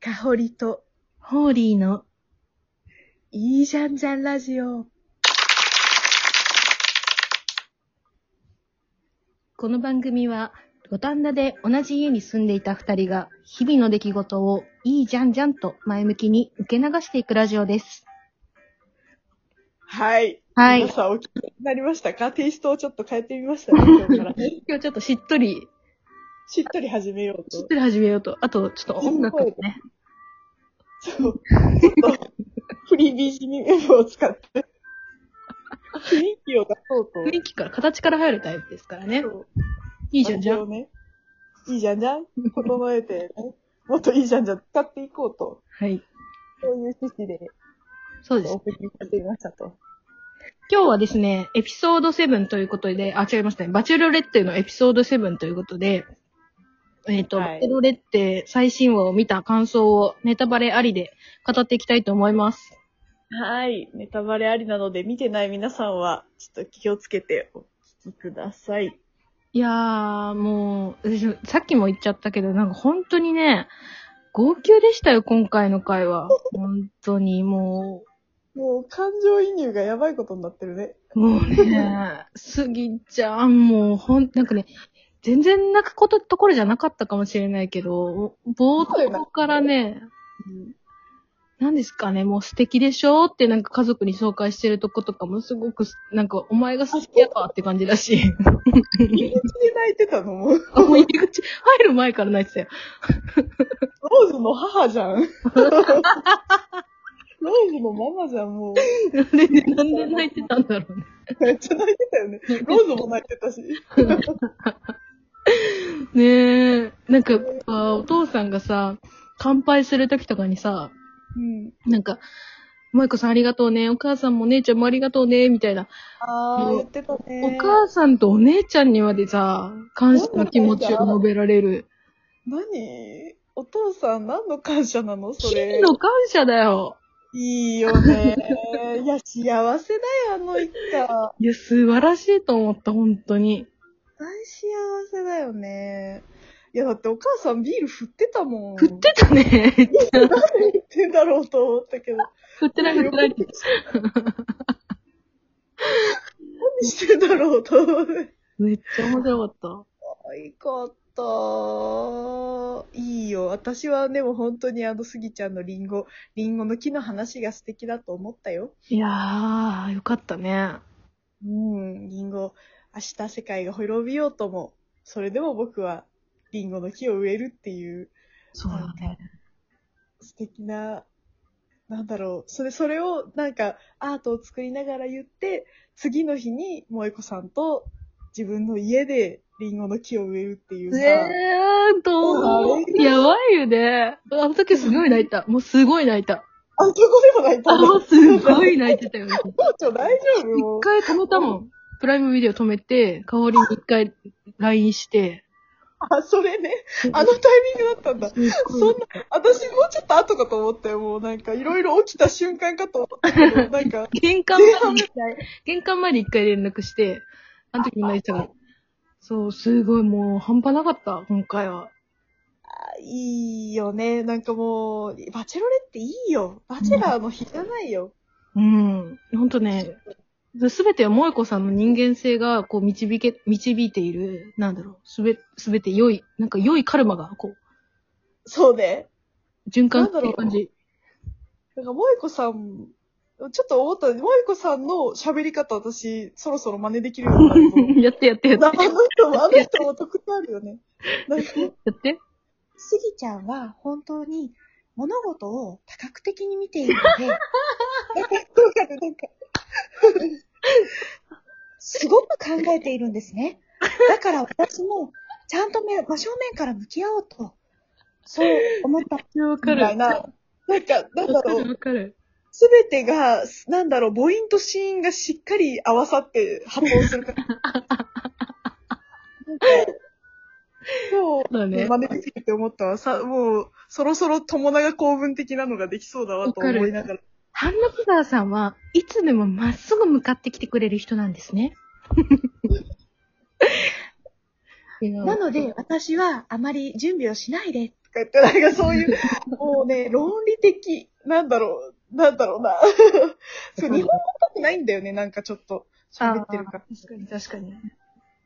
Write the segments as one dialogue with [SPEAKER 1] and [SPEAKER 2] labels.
[SPEAKER 1] かほりと、
[SPEAKER 2] ホーリーの、
[SPEAKER 1] いいじゃんじゃんラジオ。
[SPEAKER 2] この番組は、五反田で同じ家に住んでいた二人が、日々の出来事をいいじゃんじゃんと前向きに受け流していくラジオです。
[SPEAKER 1] はい。
[SPEAKER 2] はい。
[SPEAKER 1] 皆
[SPEAKER 2] 今
[SPEAKER 1] さんお聞きになりましたかテイストをちょっと変えてみま したね、今日から。
[SPEAKER 2] 日ちょっとしっとり、
[SPEAKER 1] しっとり始めよう
[SPEAKER 2] しっ
[SPEAKER 1] と。
[SPEAKER 2] とり始めようと。あと、ちょっと音楽をね。
[SPEAKER 1] そう。ちょっと、フリー BGM を使って、雰囲気を出そうと。
[SPEAKER 2] 雰囲気から、形から入るタイプですからね。
[SPEAKER 1] そう
[SPEAKER 2] いいじゃんじゃ
[SPEAKER 1] 感
[SPEAKER 2] ん。
[SPEAKER 1] 情をね。いいじゃんじゃん整えて、ね、もっといいじゃんじゃん使っていこうと。
[SPEAKER 2] はい。
[SPEAKER 1] そういう趣旨で
[SPEAKER 2] そうです
[SPEAKER 1] オー。プニングやってみましたと。
[SPEAKER 2] 今日はですね、エピソード7ということで、あ、違いましたね。バチェロレッテのエピソード7ということで、えっ、と、
[SPEAKER 1] はい
[SPEAKER 2] バチェロレッテ最新話を見た感想をネタバレありで語っていきたいと思います。
[SPEAKER 1] はい。ネタバレありなので、見てない皆さんは、ちょっと気をつけてお聞きください。
[SPEAKER 2] いやー、もう、私さっきも言っちゃったけど、なんか本当にね、号泣でしたよ、今回の回は。本当に、も
[SPEAKER 1] もう、感情移入がやばいことになってるね。
[SPEAKER 2] う、もうね、すぎちゃん、もう、ほん、なんかね、全然泣くこと、ところじゃなかったかもしれないけど、冒頭からね、何ですかね、もう素敵でしょってなんか家族に紹介してるとことかもすごくす、なんかお前が好きやわって感じだし。
[SPEAKER 1] 入り口で泣いてたの
[SPEAKER 2] も
[SPEAKER 1] もう、
[SPEAKER 2] う入り口、入る前から泣いてたよ。
[SPEAKER 1] ローズの母じゃ ん。ローズのママじゃん、もう。
[SPEAKER 2] なんで、なんで泣いてたんだろうね。
[SPEAKER 1] めっちゃ泣いてたよね。ローズも泣いてたし。
[SPEAKER 2] ねえ、なんか、あお父さんがさ、乾杯するときとかにさ、
[SPEAKER 1] うん。
[SPEAKER 2] なんか、萌子さんありがとうね、お母さんもお姉ちゃんもありがとうね、みたいな。
[SPEAKER 1] あー、言ってた
[SPEAKER 2] お
[SPEAKER 1] ね。
[SPEAKER 2] 母さんとお姉ちゃんにまでさ、感謝の気持ちを述べられる。
[SPEAKER 1] 何お父さん何の感謝なのそ
[SPEAKER 2] 日
[SPEAKER 1] れ
[SPEAKER 2] 々。の感謝だよ。
[SPEAKER 1] いいよね。いや、幸せだよ、あの一家。
[SPEAKER 2] いや、素晴らしいと思った、本当に。
[SPEAKER 1] 大幸せだよね。いや、だってお母さんビール振ってたもん。
[SPEAKER 2] 振ってたね。
[SPEAKER 1] 振ってんだろうと思ったけど。
[SPEAKER 2] 振ってない、振ってない。
[SPEAKER 1] 何してんだろうと思って。
[SPEAKER 2] めっちゃ面白かった。
[SPEAKER 1] 可愛かった。いいよ。私はでも本当にあのスギちゃんのリンゴ、リンゴの木の話が素敵だと思ったよ。
[SPEAKER 2] いやー、よかったね。
[SPEAKER 1] うん、リンゴ。明日世界が滅びようとも、それでも僕はリンゴの木を植えるっていう。
[SPEAKER 2] そうだね。
[SPEAKER 1] 素敵な、なんだろう。それ、それをなんかアートを作りながら言って、次の日に萌子さんと自分の家でリンゴの木を植えるっていうさ。
[SPEAKER 2] えー、どうやばいよね。あの時すごい泣いた。もうすごい泣いた。
[SPEAKER 1] あそこでも泣いた
[SPEAKER 2] あ、
[SPEAKER 1] の。
[SPEAKER 2] も
[SPEAKER 1] も
[SPEAKER 2] うすごい泣いてたよね。
[SPEAKER 1] うちょ大丈夫も
[SPEAKER 2] 一
[SPEAKER 1] う。
[SPEAKER 2] 回止めたもん。プライムビデオ止めて、香りに一回 LINE して。
[SPEAKER 1] あ、それね。あのタイミングだったんだ。
[SPEAKER 2] そ
[SPEAKER 1] そんな、私もうちょっと後かと思ったよ。もうなんかいろいろ起きた瞬間かと思ったけど、なんか、
[SPEAKER 2] 玄関
[SPEAKER 1] 前
[SPEAKER 2] 前
[SPEAKER 1] 半ぐ
[SPEAKER 2] に、玄関前に一回連絡して、あの時も泣いてたから。そう、すごいもう半端なかった、今回は。
[SPEAKER 1] いいよね。なんかもう、バチェロレっていいよ。バチェラーの日じゃないよ。
[SPEAKER 2] うん。ほんとね、すべては萌子さんの人間性が、こう、導け、導いている、なんだろう、すべ、すべて良い、なんか良いカルマが、こう、
[SPEAKER 1] そうね。
[SPEAKER 2] 循環
[SPEAKER 1] な
[SPEAKER 2] し
[SPEAKER 1] ん
[SPEAKER 2] て
[SPEAKER 1] だろう
[SPEAKER 2] る感じ。
[SPEAKER 1] なんか、萌子さん、ちょっと思った、萌子さんの喋り方、私、そろそろ真似できるようになると。
[SPEAKER 2] やってやってや って。
[SPEAKER 1] 生の人も、あの人も特徴あるよね。なんか、すぎ
[SPEAKER 2] やって。
[SPEAKER 1] ちゃんは本当に物事を多角的に見ているので、なんか、そうかね、なんか、
[SPEAKER 3] すごく考えているんですね。だから私も、ちゃんとめ真正面から向き合おうと、そう思った。
[SPEAKER 2] わ
[SPEAKER 1] みたいな。なんか、なんだ
[SPEAKER 2] わか
[SPEAKER 1] ろ
[SPEAKER 2] る
[SPEAKER 1] う、
[SPEAKER 2] わかる。
[SPEAKER 1] すべてが、なんだろう、母音と子音がしっかり合わさって発音するから。なんかそう、
[SPEAKER 2] そうだね。
[SPEAKER 1] 真似できるって思ったわ。さ、もう、そろそろ友永公文的なのができそうだわと思いながら。
[SPEAKER 2] ハンノキ川さんはいつでもまっすぐ向かってきてくれる人なんです ね。
[SPEAKER 3] なので、私はあまり準備をしないで
[SPEAKER 1] か言って、なんかそういう、もうね、論理的、なんだろう、なんだろうな。 そう、日本語っぽくないんだよね、なんかちょっと、喋ってるから。
[SPEAKER 2] 確かに、確かに。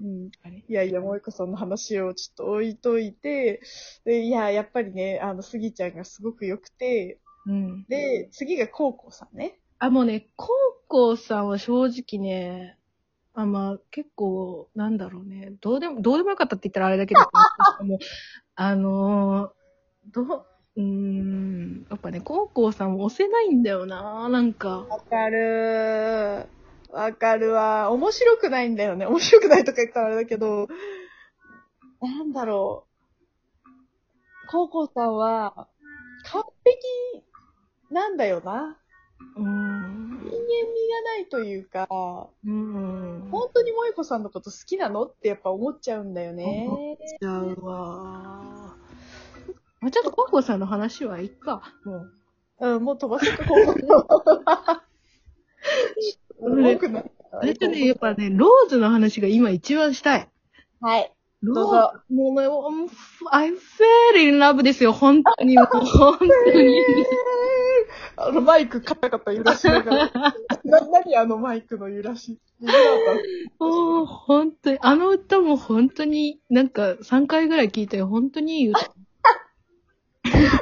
[SPEAKER 1] うん。いやいや、萌子さんの話をちょっと置いといて、で、いや、やっぱりね、あの、スギちゃんがすごく良くて、
[SPEAKER 2] うん。
[SPEAKER 1] で、次がコウコさんね。
[SPEAKER 2] あ、もうね、コウコウさんは正直ね、あ、まあ、結構、なんだろうね。どうでも、どうでもよかったって言ったらあれ だけど、もうあのーどう、うーん、やっぱね、コウコウさんも押せないんだよな、なんか。
[SPEAKER 1] わかるー。わかるわ。面白くないんだよね。面白くないとか言ったらあれだけど、なんだろう。コウコさんは、完璧なんだよな。
[SPEAKER 2] うーん。
[SPEAKER 1] 人間味がないというか、
[SPEAKER 2] うーん。
[SPEAKER 1] 本当に萌子さんのこと好きなのってやっぱ思っちゃうんだよね。
[SPEAKER 2] 思っちゃうわ。まあ、ちょっとコウコウさんの話はいいか、もう。
[SPEAKER 1] うん、もう飛ばそうか、 コウコさん。多くなった
[SPEAKER 2] あれとね、やっぱね、ローズの話が今一番したい。
[SPEAKER 1] はい。
[SPEAKER 2] ロ
[SPEAKER 1] どうぞ
[SPEAKER 2] ーズ、もうね、もう I fell in love ですよ、本当 に、もう、本当に。
[SPEAKER 1] あのマイクカタカタ揺らしな がら。な、なにあのマイクの揺らし。
[SPEAKER 2] もう、本当に、あの歌も本当に、なんか3回ぐらい聞いたよ、本当にいい歌。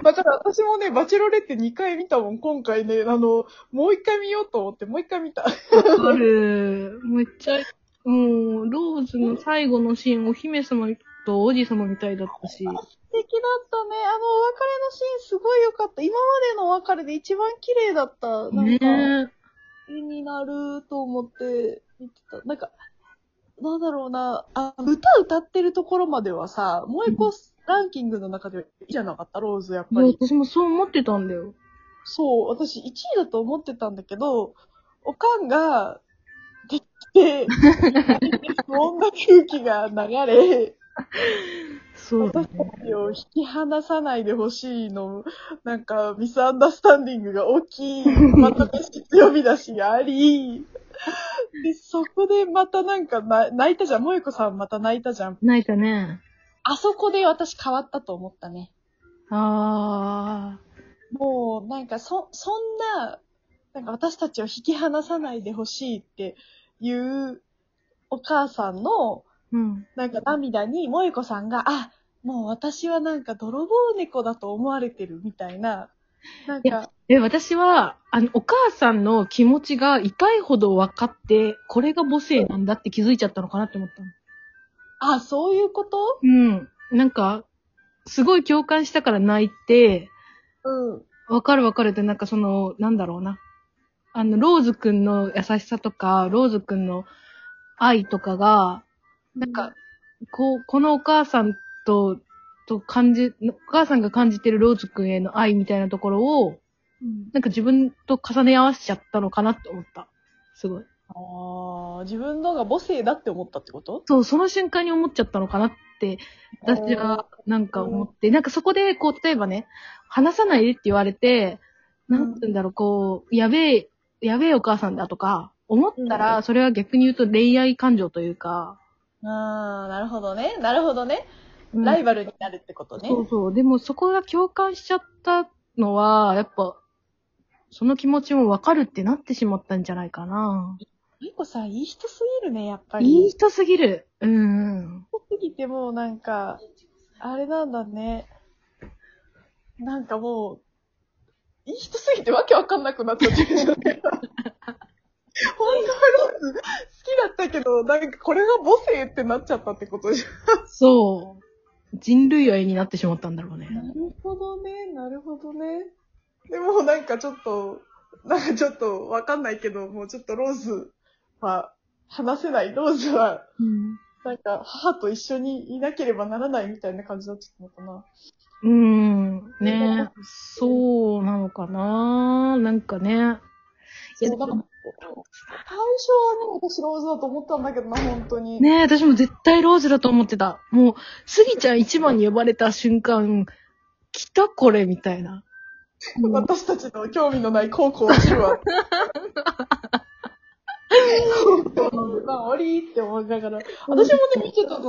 [SPEAKER 1] だから私もね、バチェロレって2回見たもん、今回ね、あの、もう1回見ようと思って、もう1回見た。
[SPEAKER 2] ある。めっちゃ、もう、ローズの最後のシーン、お姫様と王子様みたいだったし。
[SPEAKER 1] 素敵だったね。あの、お別れのシーンすごい良かった。今までのお別れで一番綺麗だった。なんか、
[SPEAKER 2] ね
[SPEAKER 1] 絵になると思って見てた。なんか、なんだろうな、あ歌歌ってるところまではさ、もう一個ランキングの中ではいいじゃなかった、ローズ、やっ
[SPEAKER 2] い
[SPEAKER 1] ぱ
[SPEAKER 2] や
[SPEAKER 1] り。
[SPEAKER 2] 私もそう思ってたんだよ。
[SPEAKER 1] そう、私1位だと思ってたんだけど、おかんが、できて、不穏な空気が流れ、
[SPEAKER 2] そうだね。
[SPEAKER 1] を引き離さないでほしいの、なんか、ミスアンダースタンディングが大きい、また強み出しがあり、で、そこでまたなんかな、泣いたじゃん。萌子さんまた泣いたじゃん。
[SPEAKER 2] 泣いたね。
[SPEAKER 1] あそこで私変わったと思ったね。
[SPEAKER 2] ああ。
[SPEAKER 1] もう、なんか、そ、そんな、なんか私たちを引き離さないでほしいっていうお母さんの、
[SPEAKER 2] うん。
[SPEAKER 1] なんか涙に、萌子さんが、あ、もう私はなんか泥棒猫だと思われてるみたいな、なん
[SPEAKER 2] い
[SPEAKER 1] か
[SPEAKER 2] や、え、私は、あの、お母さんの気持ちが痛いほど分かって、これが母性なんだって気づいちゃったのかなって思ったの。
[SPEAKER 1] あ、そういうこと
[SPEAKER 2] うん。なんか、すごい共感したから泣いて、
[SPEAKER 1] うん。
[SPEAKER 2] わかるわかるって、なんかその、なんだろうな。あの、ローズくんの優しさとか、ローズくんの愛とかが、なんか、こう、このお母さんと、と感じ、お母さんが感じてるローズくんへの愛みたいなところを、
[SPEAKER 1] うん、
[SPEAKER 2] なんか自分と重ね合わせちゃったのかなって思った。すごい。
[SPEAKER 1] ああ、自分のが母性だって思ったってこと
[SPEAKER 2] そう、その瞬間に思っちゃったのかなって、私はなんか思って、なんかそこで、こう、例えばね、話さないでって言われて、なんて言うんだろう、こう、やべえ、やべえお母さんだとか、思った
[SPEAKER 1] う
[SPEAKER 2] ら、それは逆に言うと恋愛感情というか、
[SPEAKER 1] ああ、なるほどね。なるほどね。
[SPEAKER 2] うん
[SPEAKER 1] ライバルになるってことね。
[SPEAKER 2] そうそう。でもそこが共感しちゃったのは、やっぱ、その気持ちもわかるってなってしまったんじゃないかな。
[SPEAKER 1] 萌子さん、いい人すぎるね、やっぱり。
[SPEAKER 2] いい人すぎる。うん。
[SPEAKER 1] すぎてもうなんか、あれなんだね。なんかもう、いい人すぎてわけわかんなくなっちゃってるじゃない本当はローズ好きだったけど、なんかこれが母性ってなっちゃったってことじ
[SPEAKER 2] そう。人類愛になってしまったんだろうね。
[SPEAKER 1] ゃん。なるほどね、なるほどね。でもなんかちょっと、なんかちょっとわかんないけど、もうちょっとローズは、話せない、ローズは、
[SPEAKER 2] うん。
[SPEAKER 1] なんか母と一緒にいなければならないみたいな感じになっちゃったのかな。
[SPEAKER 2] うーん、ねそうなのかななんかね。いや
[SPEAKER 1] そう、だから、最初はね、私ローズだと思ったんだけどな、本当に。
[SPEAKER 2] ねえ、私も絶対ローズだと思ってた。もう、スギちゃん一番に呼ばれた瞬間、来たこれみたいな。もう
[SPEAKER 1] 私たちの興味のない高校を知るわ。ありって思いながら。私もね、見てた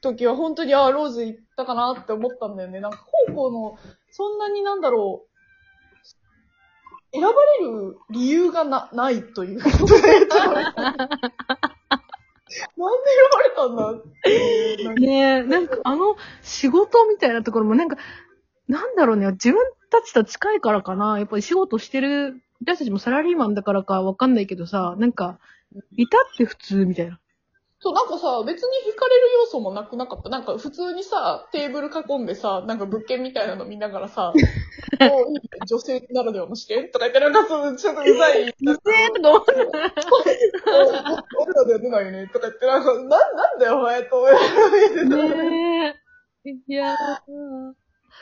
[SPEAKER 1] 時は本当に、ああ、ローズ行ったかなって思ったんだよね。なんか、高校の、そんなになんだろう、選ばれる理由がな、ないということで、なんで選ばれたんだっていうなんか
[SPEAKER 2] ねえ、なんかあの仕事みたいなところもなんか、なんだろうね、自分たちと近いからかな。やっぱり仕事してる、私たちもサラリーマンだからかわかんないけどさ、なんか、いたって普通みたいな。
[SPEAKER 1] そう、なんかさ、別に惹かれる要素もなくなかった。なんか普通にさ、テーブル囲んでさ、なんか物件みたいなの見ながら さ、もういいね女性ならではの視点とか言って、なんかそう、ちょっとうざい。
[SPEAKER 2] 女性とか思って
[SPEAKER 1] 俺らでは出ないよね、とか言って、なんか、な、なんだよ、お前、と思いながら見てた
[SPEAKER 2] ねえ。いやー。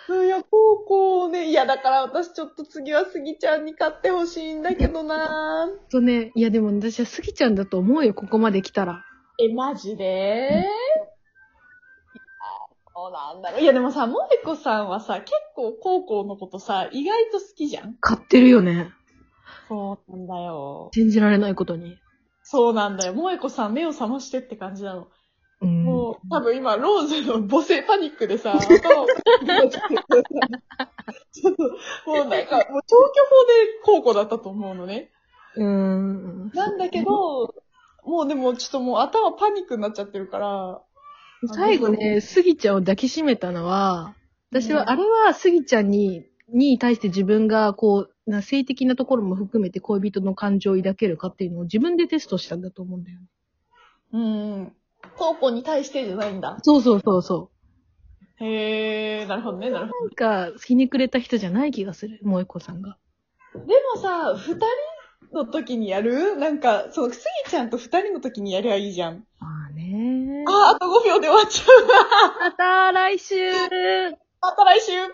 [SPEAKER 1] そういや、高校ね、いや、だから私ちょっと次は杉ちゃんに買ってほしいんだけどな
[SPEAKER 2] ほんとね、いやでも私はスギちゃんだと思うよ、ここまで来たら。
[SPEAKER 1] え、マジでいやそうなんだろう。いや、でもさ、萌子さんはさ、結構高校のことさ、意外と好きじゃん
[SPEAKER 2] 買ってるよね。
[SPEAKER 1] そうなんだよ。
[SPEAKER 2] 信じられないことに。
[SPEAKER 1] そうなんだよ。萌子さん、目を覚ましてって感じなの。
[SPEAKER 2] うん
[SPEAKER 1] もう、多分今、ローズの母性パニックでさ、頭をかき出してちょっと、もうなんか、もう消去法で高校だったと思うのね。
[SPEAKER 2] うん。
[SPEAKER 1] なんだけど、もうでもちょっともう頭パニックになっちゃってるから、
[SPEAKER 2] 最後ね、スギちゃんを抱きしめたのは、私は、あれはスギちゃんに、に対して自分が、こう、な性的なところも含めて恋人の感情を抱けるかっていうのを自分でテストしたんだと思うんだよね。
[SPEAKER 1] うん。高校に対してじゃないんだ。
[SPEAKER 2] そうそうそうそ
[SPEAKER 1] へえ、なるほどね、なるほ
[SPEAKER 2] う。なんか、ひねくれた人じゃない気がする、萌子さんが。
[SPEAKER 1] ど。でもさ、二人の時にやるなんか、その、すぎちゃんと二人の時にやりゃいいじゃん。
[SPEAKER 2] ああねー。
[SPEAKER 1] あー、あと5秒で終わっちゃう。
[SPEAKER 2] また来週
[SPEAKER 1] また来週